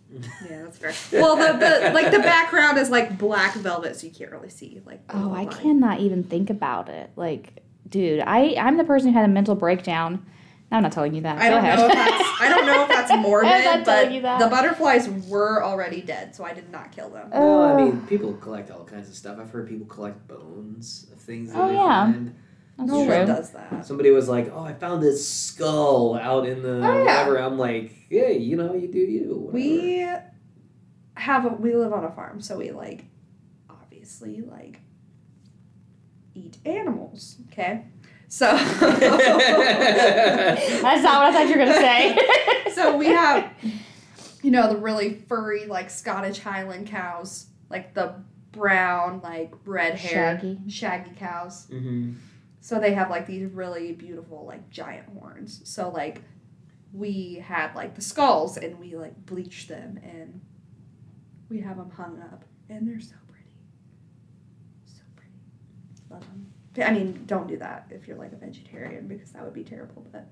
Yeah, that's fair. *laughs* Well, the, the like the background is like black velvet, so you can't really see like. the
Oh, I
line.
cannot even think about it. Like, dude, I I'm the person who had a mental breakdown. I'm not telling you that.
I
Go
don't
ahead.
know
*laughs*
if that's I don't know if that's
I'm not
morbid, but
telling you that.
the butterflies were already dead, so I did not kill them.
Well, I
Oh.
mean, people collect all kinds of stuff. I've heard people collect bones of things that
Oh,
they
yeah.
find.
That's
no
true.
one *laughs* does that.
Somebody was like, "Oh, I found this skull out in the
Oh, yeah.
whatever." I'm like, "Yeah, you know, you do you." whatever."
We have a we live on a farm, so we like obviously like eat animals. Okay, so *laughs*
That's not what I thought you were gonna say.
*laughs* so we have you know the really furry like Scottish Highland cows, like the brown like red hair
Shaggy.
shaggy cows.
Mhm.
So they have like these really beautiful like giant horns. So like we had like the skulls and we like bleached them and we have them hung up and they're so pretty. So pretty. Love them. I mean, don't do that if you're like a vegetarian because that would be terrible, but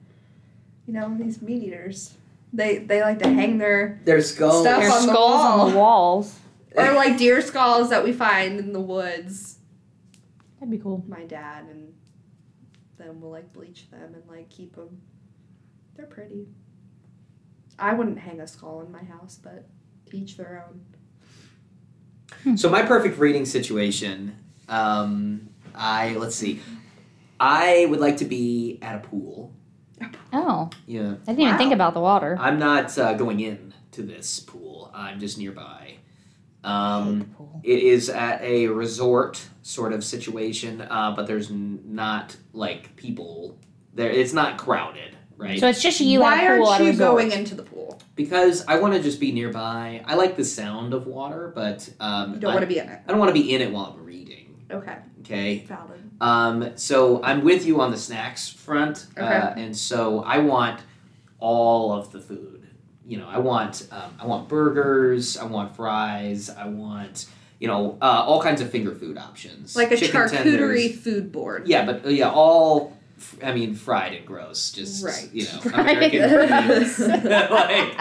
you know, these meat eaters, they they like to hang their
Their skull.
Stuff.
Their
on the
skulls on the walls.
*laughs*
or like deer skulls that we find in the woods.
That'd be cool.
my dad and then we'll like bleach them and like keep them. They're pretty. I wouldn't hang a skull in my house, but each their own.
So my perfect reading situation. Um, I let's see. I would like to be at a pool.
Oh,
Yeah,
I didn't even
Wow.
think about the water.
I'm not uh, going in to this pool. I'm just nearby. Um,
Big pool.
It is at a resort sort of situation, uh, but there's n- not like people there. It's not crowded, right?
So it's just you
Why
and a pool
aren't
at a
you
resort.
going into the pool?
because I want to just be nearby. I like the sound of water, but um,
You don't
I,
want to be in it.
I don't want to be in it while I'm reading.
Okay,
Okay.
valid.
Um, so I'm with you on the snacks front, uh,
Okay.
and so I want all of the food. You know, I want um, I want burgers, I want fries, I want you know uh, all kinds of finger food options,
Like a
Chicken
charcuterie
tenders.
food board.
Yeah, but uh, yeah, all f- I mean fried and gross, just
Right.
you
*laughs*
know
Fried
American
and
foods. *laughs* like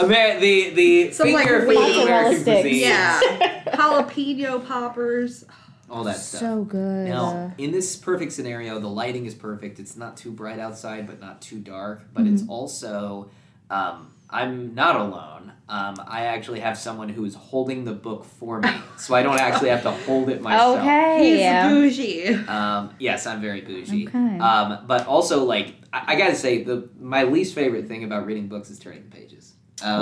Amer- the the
Some, like,
finger food of
mozzarella
American
sticks.
cuisine.
Yeah. Jalapeno poppers.
all that stuff.
So good.
Now, in this perfect scenario, the lighting is perfect. It's not too bright outside, but not too dark. But
Mm-hmm.
it's also, um, I'm not alone. Um, I actually have someone who is holding the book for me, so I don't actually have to hold it myself.
*laughs* okay.
He's bougie.
Um, yes, I'm very bougie.
Okay.
Um, but also, like, I, I gotta say, the my least favorite thing about reading books is turning the pages. Um,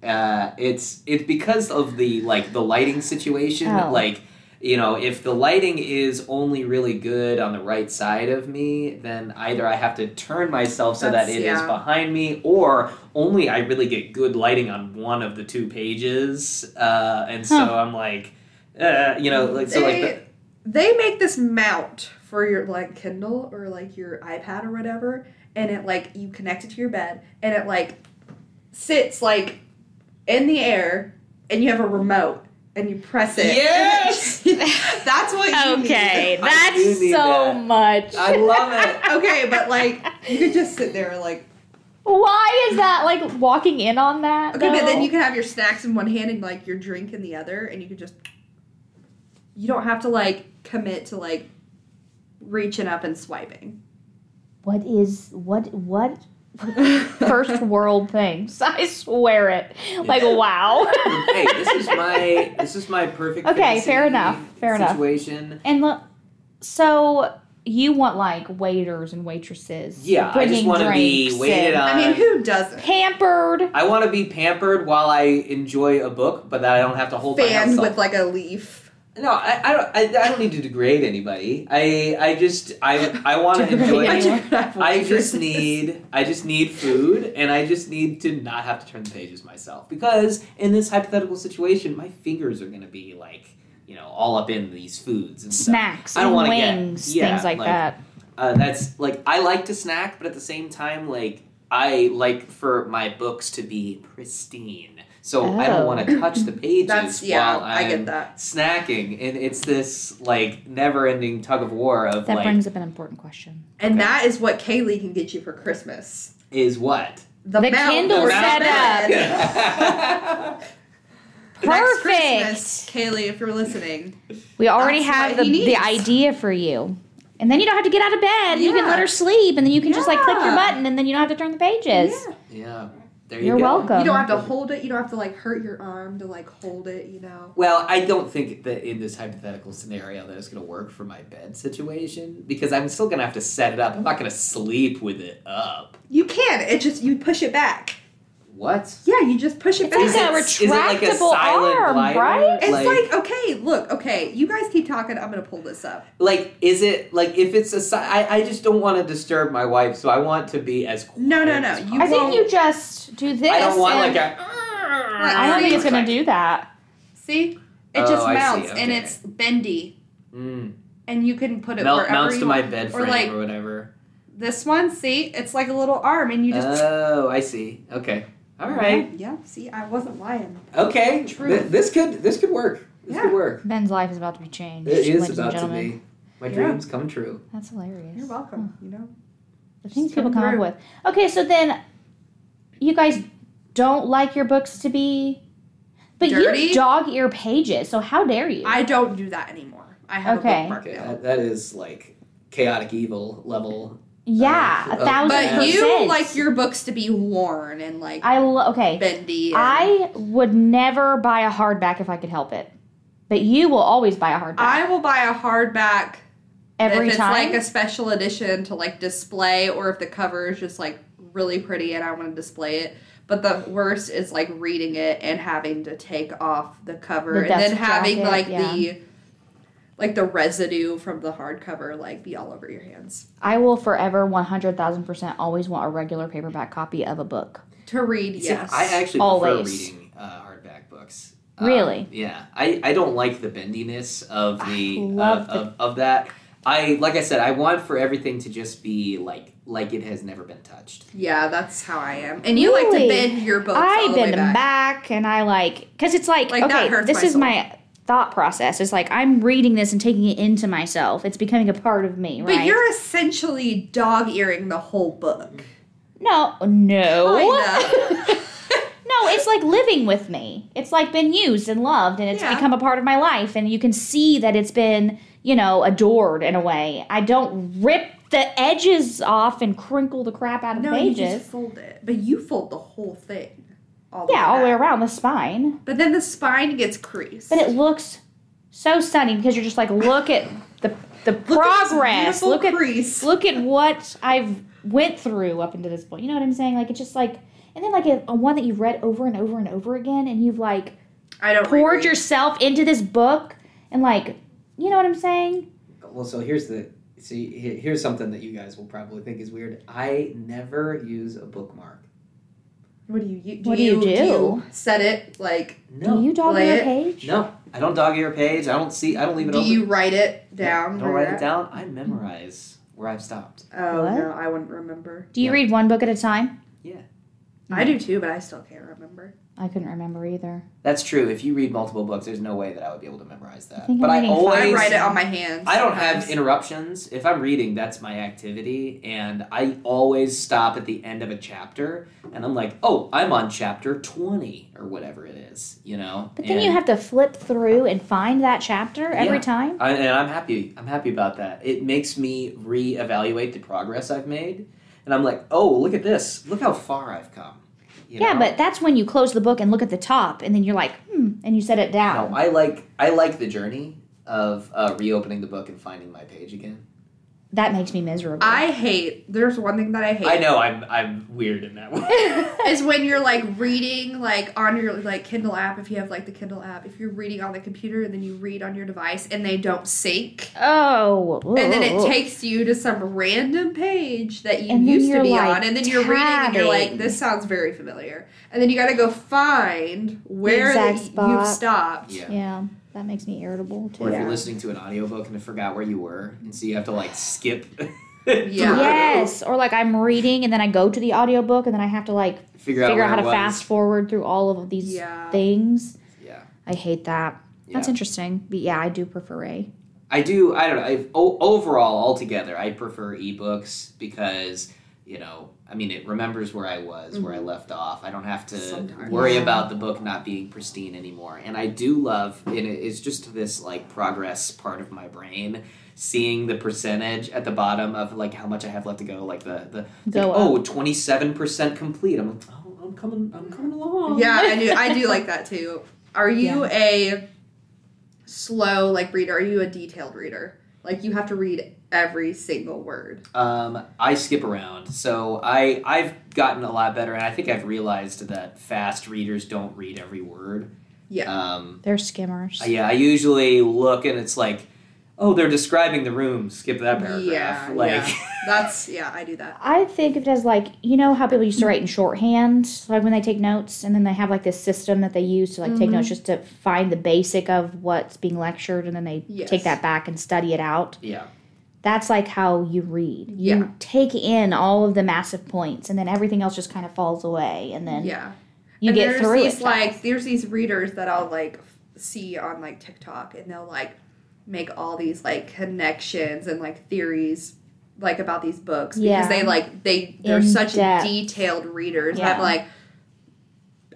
what? Uh, it's it's because of the like the lighting situation.
Oh.
Like, you know, if the lighting is only really good on the right side of me, then either I have to turn myself so
That's-
that it is
yeah.
behind me, or only I really get good lighting on one of the two pages. Uh, and so
Huh.
I'm like, uh, you know, like so like. The,
They- they make this mount for your like Kindle or like your iPad or whatever, and it like you connect it to your bed, and it like sits like in the air, and you have a remote, and you press it.
Yes!
*laughs* that's what you
okay,
Uh, need.
that's
do need
so
that.
much. *laughs*
I love
*laughs*
it.
okay, but like you could just sit there like
Why is that like walking in on that?
okay, but then
though?
you can have your snacks in one hand and like your drink in the other, and you could just you don't have to like commit to like reaching up and swiping.
What is what what
*laughs*
first world things? *laughs* I swear it. Like wow.
*laughs* hey, this is my this is my perfect.
Okay,
fantasy
fair enough, fair enough.
situation.
and look, so you want like waiters and waitresses?
Yeah, I just
bringing
want to be
drinks
waited
and
on.
I mean, who doesn't?
Pampered.
I want to be pampered while I enjoy a book, but that I don't have to hold
fanned
myself.
with like a leaf.
no, I, I don't. I, I don't need to degrade anybody. I I just I I want to
*laughs*
Degrade
enjoy.
anyone.
I,
just-
I just need I just need food, and I just need to not have to turn the pages myself because in this hypothetical situation, my fingers are going to be like you know all up in these foods and stuff.
Snacks
I don't
and
wanna get-
wings,
yeah,
things like,
like-
that.
uh, that's like I like to snack, but at the same time, like I like for my books to be pristine. So I
Oh.
don't want to
*laughs*
touch the pages
That's yeah,
while
I
I'm
get that.
snacking, and it's this like never-ending tug of war of
That
like
brings up an important question.
And
Okay.
that is what Kaylee can get you for Christmas.
is what
The,
The
mount
Kindle
or the
set
bed. Next Christmas,
Perfect.
Kaylee, if you're listening.
We already
That's
have the,
what he
the
needs.
idea for you. And then you don't have to get out of bed. You can
Yeah.
let her sleep, and then you can just like click your
Yeah.
button, and then you don't have to turn the pages.
Yeah.
*laughs* yeah. There you
You're
go.
welcome.
You don't have to hold it. You don't have to like hurt your arm to like hold it. You know.
Well, I don't think that in this hypothetical scenario that it's going to work for my bed situation because I'm still going to have to set it up. I'm not going to sleep with it up.
You can. It just you push it back.
What?
Yeah, you just push it
It's
back.
like that
Is it- is it like a
retractable
silent
arm,
glider?
right?
It's
like-
like, okay, look, okay, you guys keep talking. I'm gonna pull this up.
like is it like if it's a si- I, I just don't want to disturb my wife so i want to be as quiet
No, no,
as
no,
possible.
you
I think
won't-
you just do this.
i don't want
and-
like a
I don't think it's gonna do that.
See, it
Oh,
just
I see,
mounts and
okay.
it's bendy,
mm,
and you can put it
mount,
wherever
mounts
you
to
want.
my bed
Or
frame or,
like-
whatever
This one, see, it's like a little arm, and you just.
oh i see okay all right
Yeah, see, I wasn't lying.
okay
True.
Th- this could this could work this
Yeah.
could work
Ben's life is about to be changed.
it is
ladies and
about to
gentlemen.
be my
Yeah.
dreams come true
That's hilarious.
You're welcome. You know,
The things
Just
people
come
come up
through.
with. Okay, so then you guys don't like your books to be, but
Dirty?
you dog ear pages. So how dare you?
I don't do that anymore. I have
Okay.
a bookmark
okay
now.
that, that is like chaotic evil level
yeah,
Uh,
a thousand
But
percent.
you like your books to be worn and like
I lo- okay.
bendy. and-
I would never buy a hardback if I could help it, but you will always buy a hardback
I will buy a hardback
every
if it's
time.
like a special edition to like display, or if the cover is just like really pretty and I want to display it. But the worst is like reading it and having to take off the cover
The
and then
dust
having
jacket,
like
yeah.
the like the residue from the hardcover like be all over your hands
I will forever one hundred thousand percent always want a regular paperback copy of a book.
to read.
See,
yes,
I actually
Always.
prefer reading uh, hardback books. Um,
Really?
Yeah. I, I don't like the bendiness of the, of,
love
of, of that. I like I said, I want for everything to just be like like it has never been touched.
yeah, that's how I am. And you like to
Really?
bend your books. all
I
the way
bend them
back.
back and I like because it's like,
Like, that
okay,
hurts
this
my
is
soul.
my thought process. It's like I'm reading this and taking it into myself. It's becoming a part of me,
But
right?
you're essentially dog earing the whole book.
no, no,
Kinda.
*laughs* no. no, it's like living with me. It's like been used and loved, and it's
Yeah.
become a part of my life. And you can see that it's been, you know, adored in a way. I don't rip the edges off and crinkle the crap out of
No,
the
you
pages.
just fold it, but you fold the whole thing. All
yeah, all the way
back.
around the spine.
But then the spine gets creased.
But it looks so stunning because you're just like, look at the the
Look at this
progress.
beautiful
Look at
crease.
look at what I've went through up into this point. You know what I'm saying? Like it's just like, and then like a, a one that you've read over and over and over again, and you've like
I don't.
poured
reread.
yourself into this book, and like, you know what I'm saying?
Well, so here's the see he- here's something that you guys will probably think is weird. I never use a bookmark.
What do you, you
What do you do?
you set it like.
No,
Do you dog
Lay
your
it.
page?
no, I don't dog ear page. I don't see. I don't leave it
Do
open.
you write it
I
down?
don't write it down. I memorize where I've stopped.
Oh
What?
no, I wouldn't remember.
Do you
No.
read one book at a time?
I do
Mm.
too, but I still can't remember.
I couldn't remember either.
That's true. If you read multiple books, there's no way that I would be able to memorize that.
I think
but
I'm
I
reading five.
always
I write it on my hands.
I don't have
sometimes.
interruptions. If I'm reading, that's my activity, and I always stop at the end of a chapter, and I'm like, "Oh, I'm on chapter 20 or whatever it is," you know.
But then
and
you have to flip through and find that chapter every
Yeah.
time.
I, and I'm happy. I'm happy about that. It makes me reevaluate the progress I've made, and I'm like, "Oh, look at this! Look how far I've come." You
yeah,
know?
but that's when you close the book and look at the top, and then you're like, hmm, and you set it down.
No, I like I like the journey of uh, reopening the book and finding my page again.
That makes me miserable.
I hate. There's one thing that I hate.
I know I'm I'm weird in that way.
is when you're like reading like on your like Kindle app if you have like the Kindle app if you're reading on the computer and then you read on your device and they don't sync
oh,
and then it
ugh.
takes you to some random page that you
And then
used to
you're,
be
like,
on and then you're reading and you're like
tabbing.
this sounds very familiar and then you got to go find where
exact
the-
spot.
you've stopped
yeah.
Yeah, that makes me irritable too.
Or if
Yeah.
you're listening to an audiobook and I forgot where you were, and so you have to like skip. *laughs*
Yeah.
Yes, or like I'm reading and then I go to the audiobook and then I have to like
Figure out
figure
where
out how
it
to
was.
fast forward through all of these
Yeah.
things.
Yeah.
I hate that. That's
Yeah.
interesting. But yeah, I do prefer A.
I do. I don't know. I've, o- overall, altogether, I prefer ebooks because you know. I mean, it remembers where I was, where I left off. I don't have to
Sometimes.
worry
Mm-hmm. Yeah.
about the book not being pristine anymore. And I do love, and it- it's just this like progress part of my brain, seeing the percentage at the bottom of like how much I have left to go. Like the the
Go
like, oh, 27 percent complete. I'm like, oh, I'm coming, I'm coming
*laughs*
along.
yeah I do I do like that too are you a slow like reader are you a detailed reader like you have to read every single word
Um, I skip around, so I I've gotten a lot better, and I think I've realized that fast readers don't read every word.
yeah
Um,
They're skimmers.
yeah, I usually look and it's like, oh, they're describing the room. Skip that paragraph.
Yeah,
like,
yeah. That's yeah, I do that.
I think of it as like you know how people used to write in shorthand, like when they take notes, and then they have like this system that they use to like
Mm-hmm.
take notes just to find the basic of what's being lectured, and then they
Yes.
take that back and study it out.
*laughs* yeah,
That's like how you read.
Yeah.
You take in all of the massive points, and then everything else just kind of falls away, and then
Yeah,
you
and
get
there's
through
these
it.
like there's these readers that I'll like f- see on like TikTok, and they'll like make all these like connections and like theories like about these books because
Yeah.
they like they they're
In
such
depth.
detailed readers.
Yeah.
I'm like.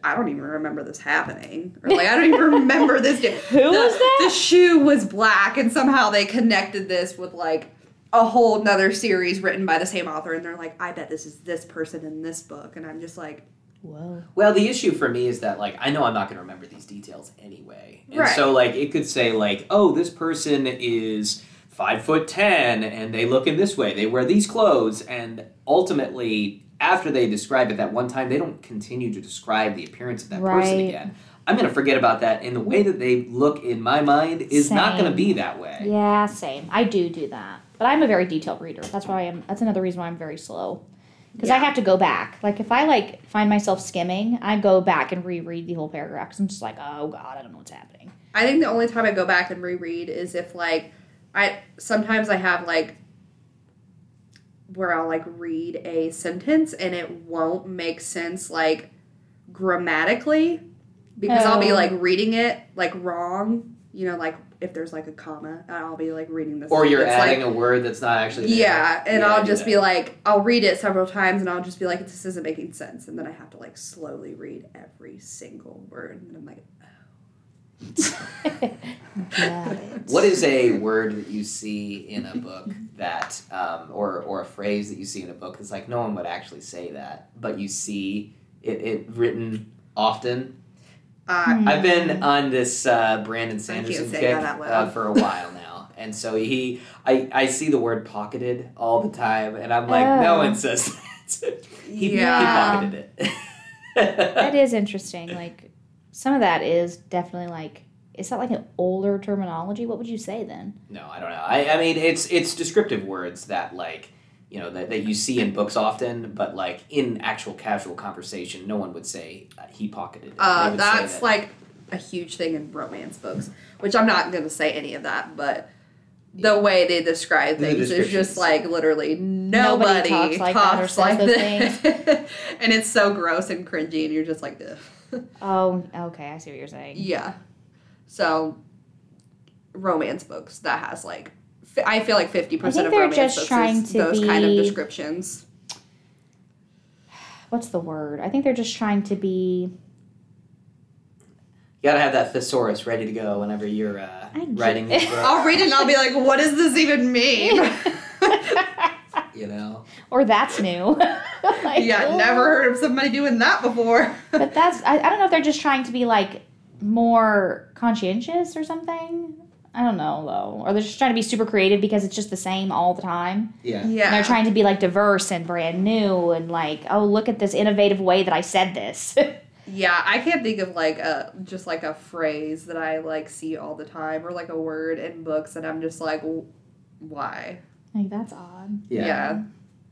I don't even remember this happening. Or like I don't
*laughs*
even remember this. day.
Who
the,
was that?
The shoe was black, and somehow they connected this with like a whole nother series written by the same author, and they're like, I bet this is this person in this book, and I'm just like,
Whoa.
Well, the issue for me is that like I know I'm not going to remember these details anyway, and
Right.
so like it could say like, oh, this person is five foot ten, and they look in this way, they wear these clothes, and ultimately after they describe it that one time, they don't continue to describe the appearance of that person
Right.
again. I'm going to forget about that, and the way that they look in my mind is not going to
Same.
be that way.
Yeah, same. I do do that, but I'm a very detailed reader. That's why I'm. That's another reason why I'm very slow, because I
Yeah.
have to go back. Like if I like find myself skimming, I go back and reread the whole paragraph because I'm just like, oh god, I don't know
*laughs*
what's happening.
I think the only time I go back and reread is if like I sometimes I have like where I'll like read a sentence and it won't make sense like grammatically, because I'll be
Oh.
like reading it like wrong. You know, like if there's like a comma, and I'll be like reading this.
Or you're
it's,
adding
like,
a word that's not actually there.
yeah, and
Yeah, I
I'll
do
just
that.
be like, I'll read it several times, and I'll just be like, this isn't making sense, and then I have to like slowly read every single word, and I'm like,
Got it.
What is a word that you see in a book that, um, or or a phrase that you see in a book that's like no one would actually say that, but you see it, it written often?
uh,
I've been on this uh, Brandon Sanderson
say
kick
that out
uh,
loud.
for a while now, and so he, I, I see the word pocketed all the time, and I'm like, no
Oh.
one says that. *laughs* he,
yeah,
he pocketed it. *laughs*
that is interesting. Like some of that is definitely like is that like an older terminology? What would you say then?
No, I don't know. I, I mean, it's it's descriptive words that like you know that, that you see in books often, but like in actual casual conversation, no one would say uh, he pocketed. It. They
uh,
would say
that's
that-
like a huge thing in romance books, which I'm not gonna say any of that, but. The way they describe
The
things is just
descriptions.
like literally
Nobody
nobody,
talks like that or
talks
says
like
those
this. *laughs* and it's so gross and cringy, and you're just like, Ugh. *laughs*
Oh, okay, I see what you're saying.
Yeah. So, romance books that has like, fi- I feel like fifty
I think
percent of
they're
romance
just
books
trying
is
to
those kind of
be-
descriptions.
What's the word? I think they're just trying to be.
you gotta have that thesaurus ready to go whenever you're uh,
I get-
writing this book.
I'll read it and I'll be like, "What does this even
*laughs*
mean?" *laughs*
you know,
or that's new. *laughs* Like,
yeah,
ooh.
never heard of somebody doing that before. *laughs*
But that's I, I don't know if they're just trying to be like more conscientious or something. I don't know though, or they're just trying to be super creative because it's just the same all the time.
yeah.
yeah,
And they're trying to be like diverse and brand new and like, oh, look at this innovative way that I said this. *laughs*
yeah. I can't think of like a just like a phrase that I like see all the time or like a word in books, and I'm just like, "W- "Why?"
like that's odd.
yeah,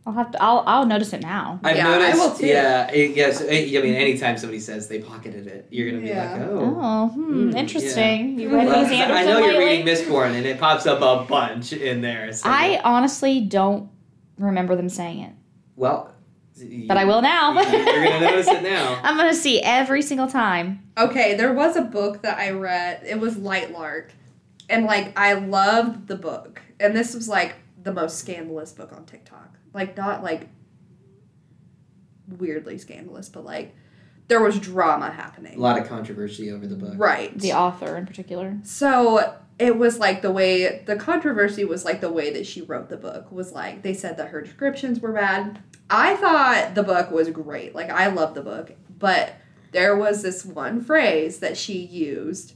I'll have to. I'll I'll notice it now.
I've
Yeah, I
noticed.
will too.
Yeah, it- yes. I I mean, anytime somebody says they pocketed it, you're gonna be
Yeah.
like, oh.
Oh, hmm,
Mm,
interesting. You read
Well,
these Anderson
I know you're
lately?
reading Mistborn, and it pops up a bunch in there. So
I honestly don't remember them saying it,
well,
but I will now.
You're gonna notice it now.
*laughs* I'm gonna see every single time.
Okay, there was a book that I read. It was Light Lark. And like I loved the book. And this was like the most scandalous book on TikTok. Like not like weirdly scandalous, but like there was drama
A
happening.
lot of controversy over the book.
*laughs*
Right.
The author in particular.
So it was like the way the controversy was like the way that she wrote the book was like they said that her descriptions were bad. I thought the book was great. Like I love the book, but there was this one phrase that she used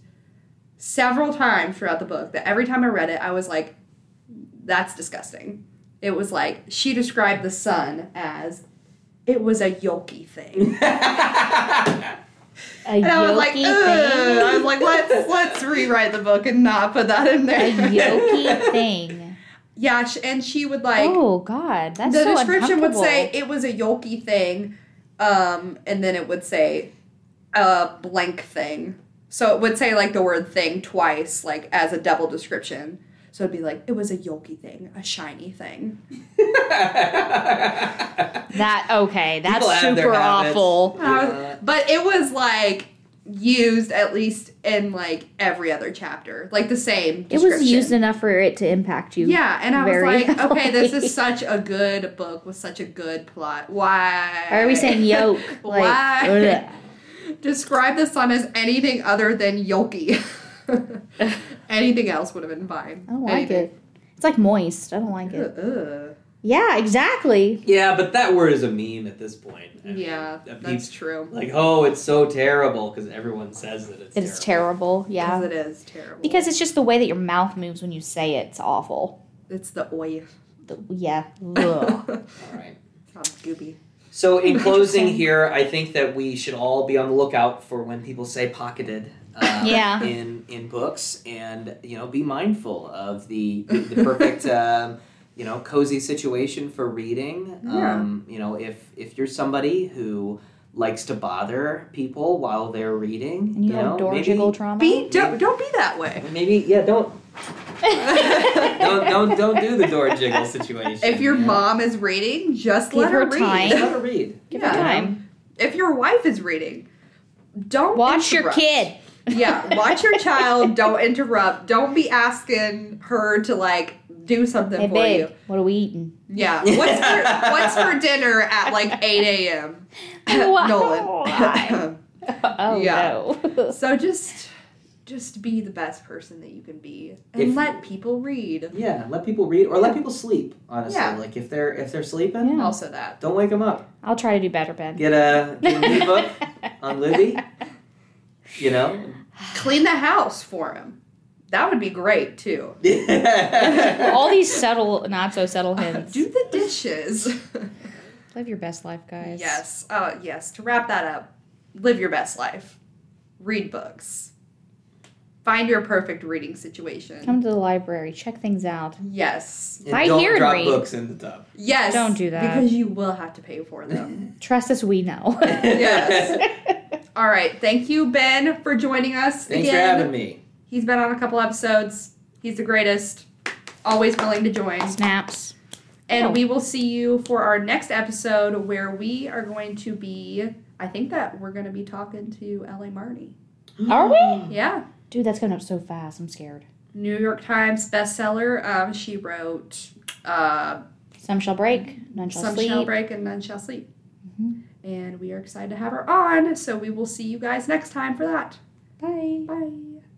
several times throughout the book that every time I read it I was like that's disgusting. It was like she described the sun as it was a yolky
*laughs*
thing.
A
And I was like,
yoki
Ugh. I
thing.
was like,
*laughs*
let's let's rewrite the book and not put that in
A
there.
yoki thing.
*laughs* Yeah, sh- and she would like
oh God, that's
the
so
description would
uncomfortable.
say it was a yolky thing, um, and then it would say a blank thing. So it would say like the word thing twice, like as a double description. So it'd be like it was a yolky thing, a shiny thing.
that. Okay, that's
People have their
super
habits.
awful.
And I was-
Yeah.
Uh, but it was like used at least in like every other chapter, like the same.
It
Description.
was used enough for it to impact you.
Yeah, and I was
very *laughs*
like,
heavily.
okay, this is such a good book with such a good plot. Why?
Why are we
*laughs*
saying yoke? Like,
Why? *laughs*
ugh.
Describe the sun as anything other than yolky. *laughs* anything else would have been fine.
I don't like it. It's like moist. I don't like it.
Ugh.
Yeah, exactly.
Yeah, but that word is a meme at this point. I mean,
Yeah,
that
that's
peeps-
true.
Like, oh, it's so terrible because everyone says that it's.
It is terrible.
Because
Yeah.
it is terrible.
Because it's just the way that your mouth moves when you say it. It's awful.
it's the oi.
The, yeah. Ugh.
All right.
*laughs* Sounds goopy.
So, in closing
Interesting.
here, I think that we should all be on the lookout for when people say pocketed. Uh,
Yeah.
In in books, and you know, be mindful of the the
*laughs*
perfect. um, you know, cozy situation for reading. Um, you know, if if you're somebody who likes to bother people while they're reading,
and you have
know,
door
maybe-
jiggle trauma. *laughs*
Be don't don't be that way.
Maybe yeah. Don't don't don't don't do the door jiggle situation.
If your
you know?
mom is reading, just
Give
let her, *laughs*
her
read.
time.
let her read.
Give
Yeah.
her time.
If your wife is reading, don't
Watch your
interrupt.
kid.
yeah, watch your child. Don't interrupt. Don't be asking her to like do something
*laughs* Hey,
for
babe,
you.
what are we eating?
Yeah. What's for, what's for dinner at like eight a.m. *laughs*
*laughs*
Nolan.
*laughs* Oh,
Yeah.
no. *laughs*
so just just be the best person that you can be and
If-
let people read.
Yeah, let people read or let people sleep. Honestly,
Yeah.
like if they're if they're sleeping,
Yeah.
Also that.
don't wake them up.
I'll try to do better, Ben.
Get a, get a new book on Livy. You know.
Clean the house for him. That would be great too.
*laughs* All these subtle, not so subtle hints.
Do the dishes. *laughs*
Live your best life, guys.
Yes. Uh, yes. To wrap that up, live your best life. Read books. Find your perfect reading situation.
Come to the library, check things out.
yes.
And
I
don't
hear and
drop
read.
books in the
*laughs*
tub.
Yes.
Don't do that.
Because you will have to pay for
*laughs*
them.
Trust us, we *laughs* know.
yes. All right. Thank you, Ben, for joining us.
*laughs* Thanks for
again.
having me.
He's been on a couple episodes. He's the greatest. Always willing to join.
Snaps.
And
Oh.
we will see you for our next episode where we are going to be, I think that we're going to be talking to LA Marnie.
Are we?
Yeah.
Dude, that's going up so fast. I'm scared.
New York Times bestseller. Um, she wrote uh,
Some shall break, none shall
Some
sleep. Mm-hmm.
Shall Break and None Shall Sleep. And we are excited to have her on. So we will see you guys next time for that.
Bye.
Bye.